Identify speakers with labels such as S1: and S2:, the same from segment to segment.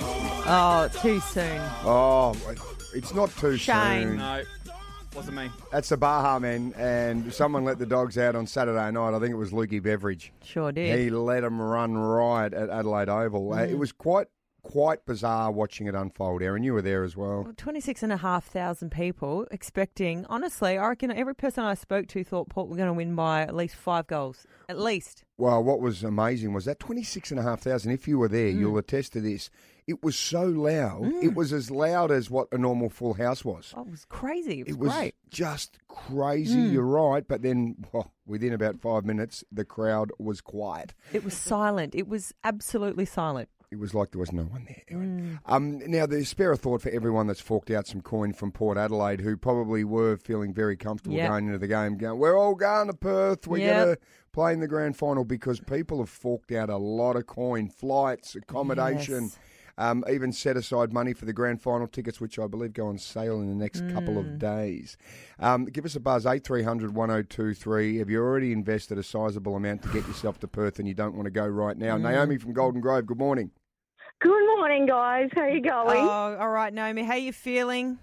S1: Oh, too soon.
S2: Oh, it's not too
S1: Shame.
S2: soon.
S3: No, wasn't me.
S2: That's the Baja men, and someone let the dogs out on Saturday night. I think it was Lukey Beveridge.
S1: Sure did.
S2: He let them run riot at Adelaide Oval. Uh, It was quite quite bizarre watching it unfold, Aaron. You were there as well.
S1: Well, 26,500 people expecting, honestly, I reckon every person I spoke to thought Port were going to win by at least five goals. At least.
S2: Well, what was amazing was that 26,500, if you were there, you'll attest to this. It was so loud. It was as loud as what a normal full house was.
S1: Oh, it was crazy. It was,
S2: It was
S1: great.
S2: just crazy. You're right. But then, well, within about five minutes, the crowd was quiet.
S1: It was silent. It was absolutely silent.
S2: It was like there was no one there. Erin. Um, now, there's spare a thought for everyone that's forked out some coin from Port Adelaide who probably were feeling very comfortable
S1: Yeah.
S2: going into the game, going, We're all going to Perth. We're
S1: Yeah.
S2: going to play in the grand final because people have forked out a lot of coin, flights, accommodation.
S1: Yes.
S2: Um, even set aside money for the grand final tickets, which I believe go on sale in the next couple of days. Um, give us a buzz, 8300 1023. Have you already invested a sizable amount to get yourself to Perth and you don't want to go right now? Naomi from Golden Grove, good morning.
S4: Good morning, guys. How you going?
S1: Oh, all right, Naomi. How you feeling?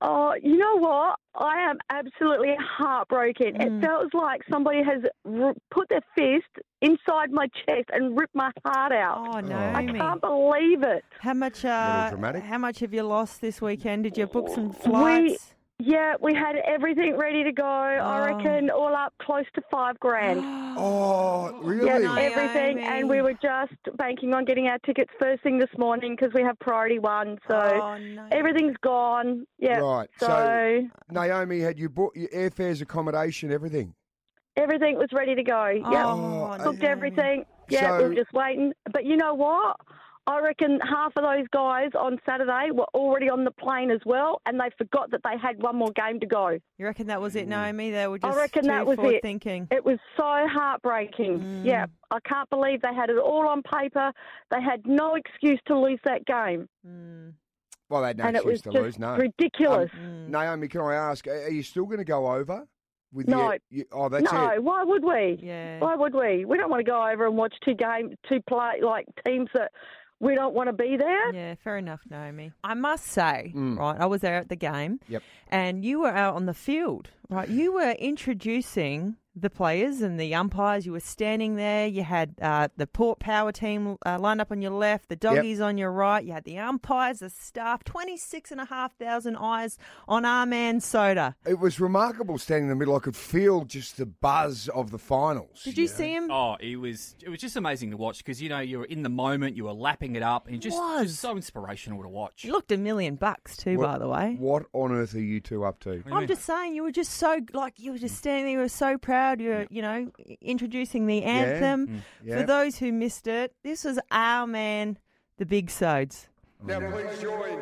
S4: oh, you know what? I am absolutely heartbroken.
S1: Mm.
S4: It felt like somebody has r- put their fist inside my chest and ripped my heart out.
S1: Oh,
S4: I
S1: Naomi.
S4: can't believe it.
S1: How much? Uh,
S2: dramatic.
S1: how much have you lost this weekend? Did you book some flights?
S4: Yeah, we had everything ready to go. I
S1: Oh.
S4: reckon all up close to five grand.
S2: Oh, really?
S4: Yeah,
S1: Naomi.
S4: everything, and we were just banking on getting our tickets first thing this morning because we have priority one. So
S1: Oh, no.
S4: everything's gone. Yeah.
S2: Right, so-
S4: so
S2: Naomi, had you bought your airfares, accommodation, everything?
S4: Everything was ready to go. Yep.
S1: Oh,
S4: Booked
S1: Naomi.
S4: everything. Yeah, we
S2: So-
S4: were just waiting. But you know what? I reckon half of those guys on Saturday were already on the plane as well, and they forgot that they had one more game to go.
S1: You reckon that was it, Naomi? They were
S4: I
S1: just
S4: reckon
S1: too
S4: that was
S1: forward
S4: it.
S1: thinking.
S4: It was so heartbreaking.
S2: Mm.
S4: Yeah, I can't believe they had it all on paper. They had no excuse to lose that game,
S1: Hmm.
S2: Well, they had no
S4: and it was
S2: excuse to lose,
S4: just
S2: no.
S4: ridiculous.
S2: Um, Naomi, can I ask, are are you still going to go over? With
S4: No.
S2: Your, you, oh, that's
S4: no,
S2: it.
S4: why would we?
S1: Yeah.
S4: Why would we? We don't want to go over and watch two game, two play like teams that we don't want to be there.
S1: Yeah, fair enough, Naomi. I must say, right, I was there at the game.
S2: Yep.
S1: And you were out on the field, right? You were introducing the players and the umpires. You were standing there. You had uh, the Port Power team uh, lined up on your left, the doggies on your right. You had the umpires, the staff, 26,500 eyes on our man Soda.
S2: It was remarkable standing in the middle. I could feel just the buzz of the finals.
S1: Did you see him?
S3: Oh, it was it was just amazing to watch because you know you were in the moment, you were lapping it up, and it just
S1: Was.
S3: just so inspirational to watch.
S1: You looked a million bucks too, by the way.
S2: What on earth are you two up to?
S3: What do you
S1: I'm
S3: mean? Mm.
S1: just saying, you were just so like you were just standing there. You were so proud. You were, you know, i- introducing the anthem.
S3: Mm.
S2: Yeah.
S1: For those who missed it, this was our man, the Big Sodes.
S5: Now please join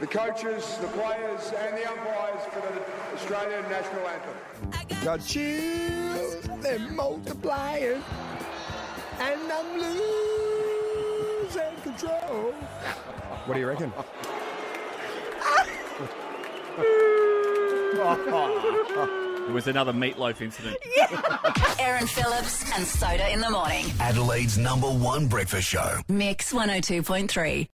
S5: the coaches, the players and the umpires for the Australian National Anthem.
S2: God, choose them multipliers, and I'm losing control. What do you reckon?
S3: It was another meatloaf incident.
S6: Aaron Phillips and Soda in the morning. oh
S7: Adelaide's number one breakfast show.
S6: Mix 102.3.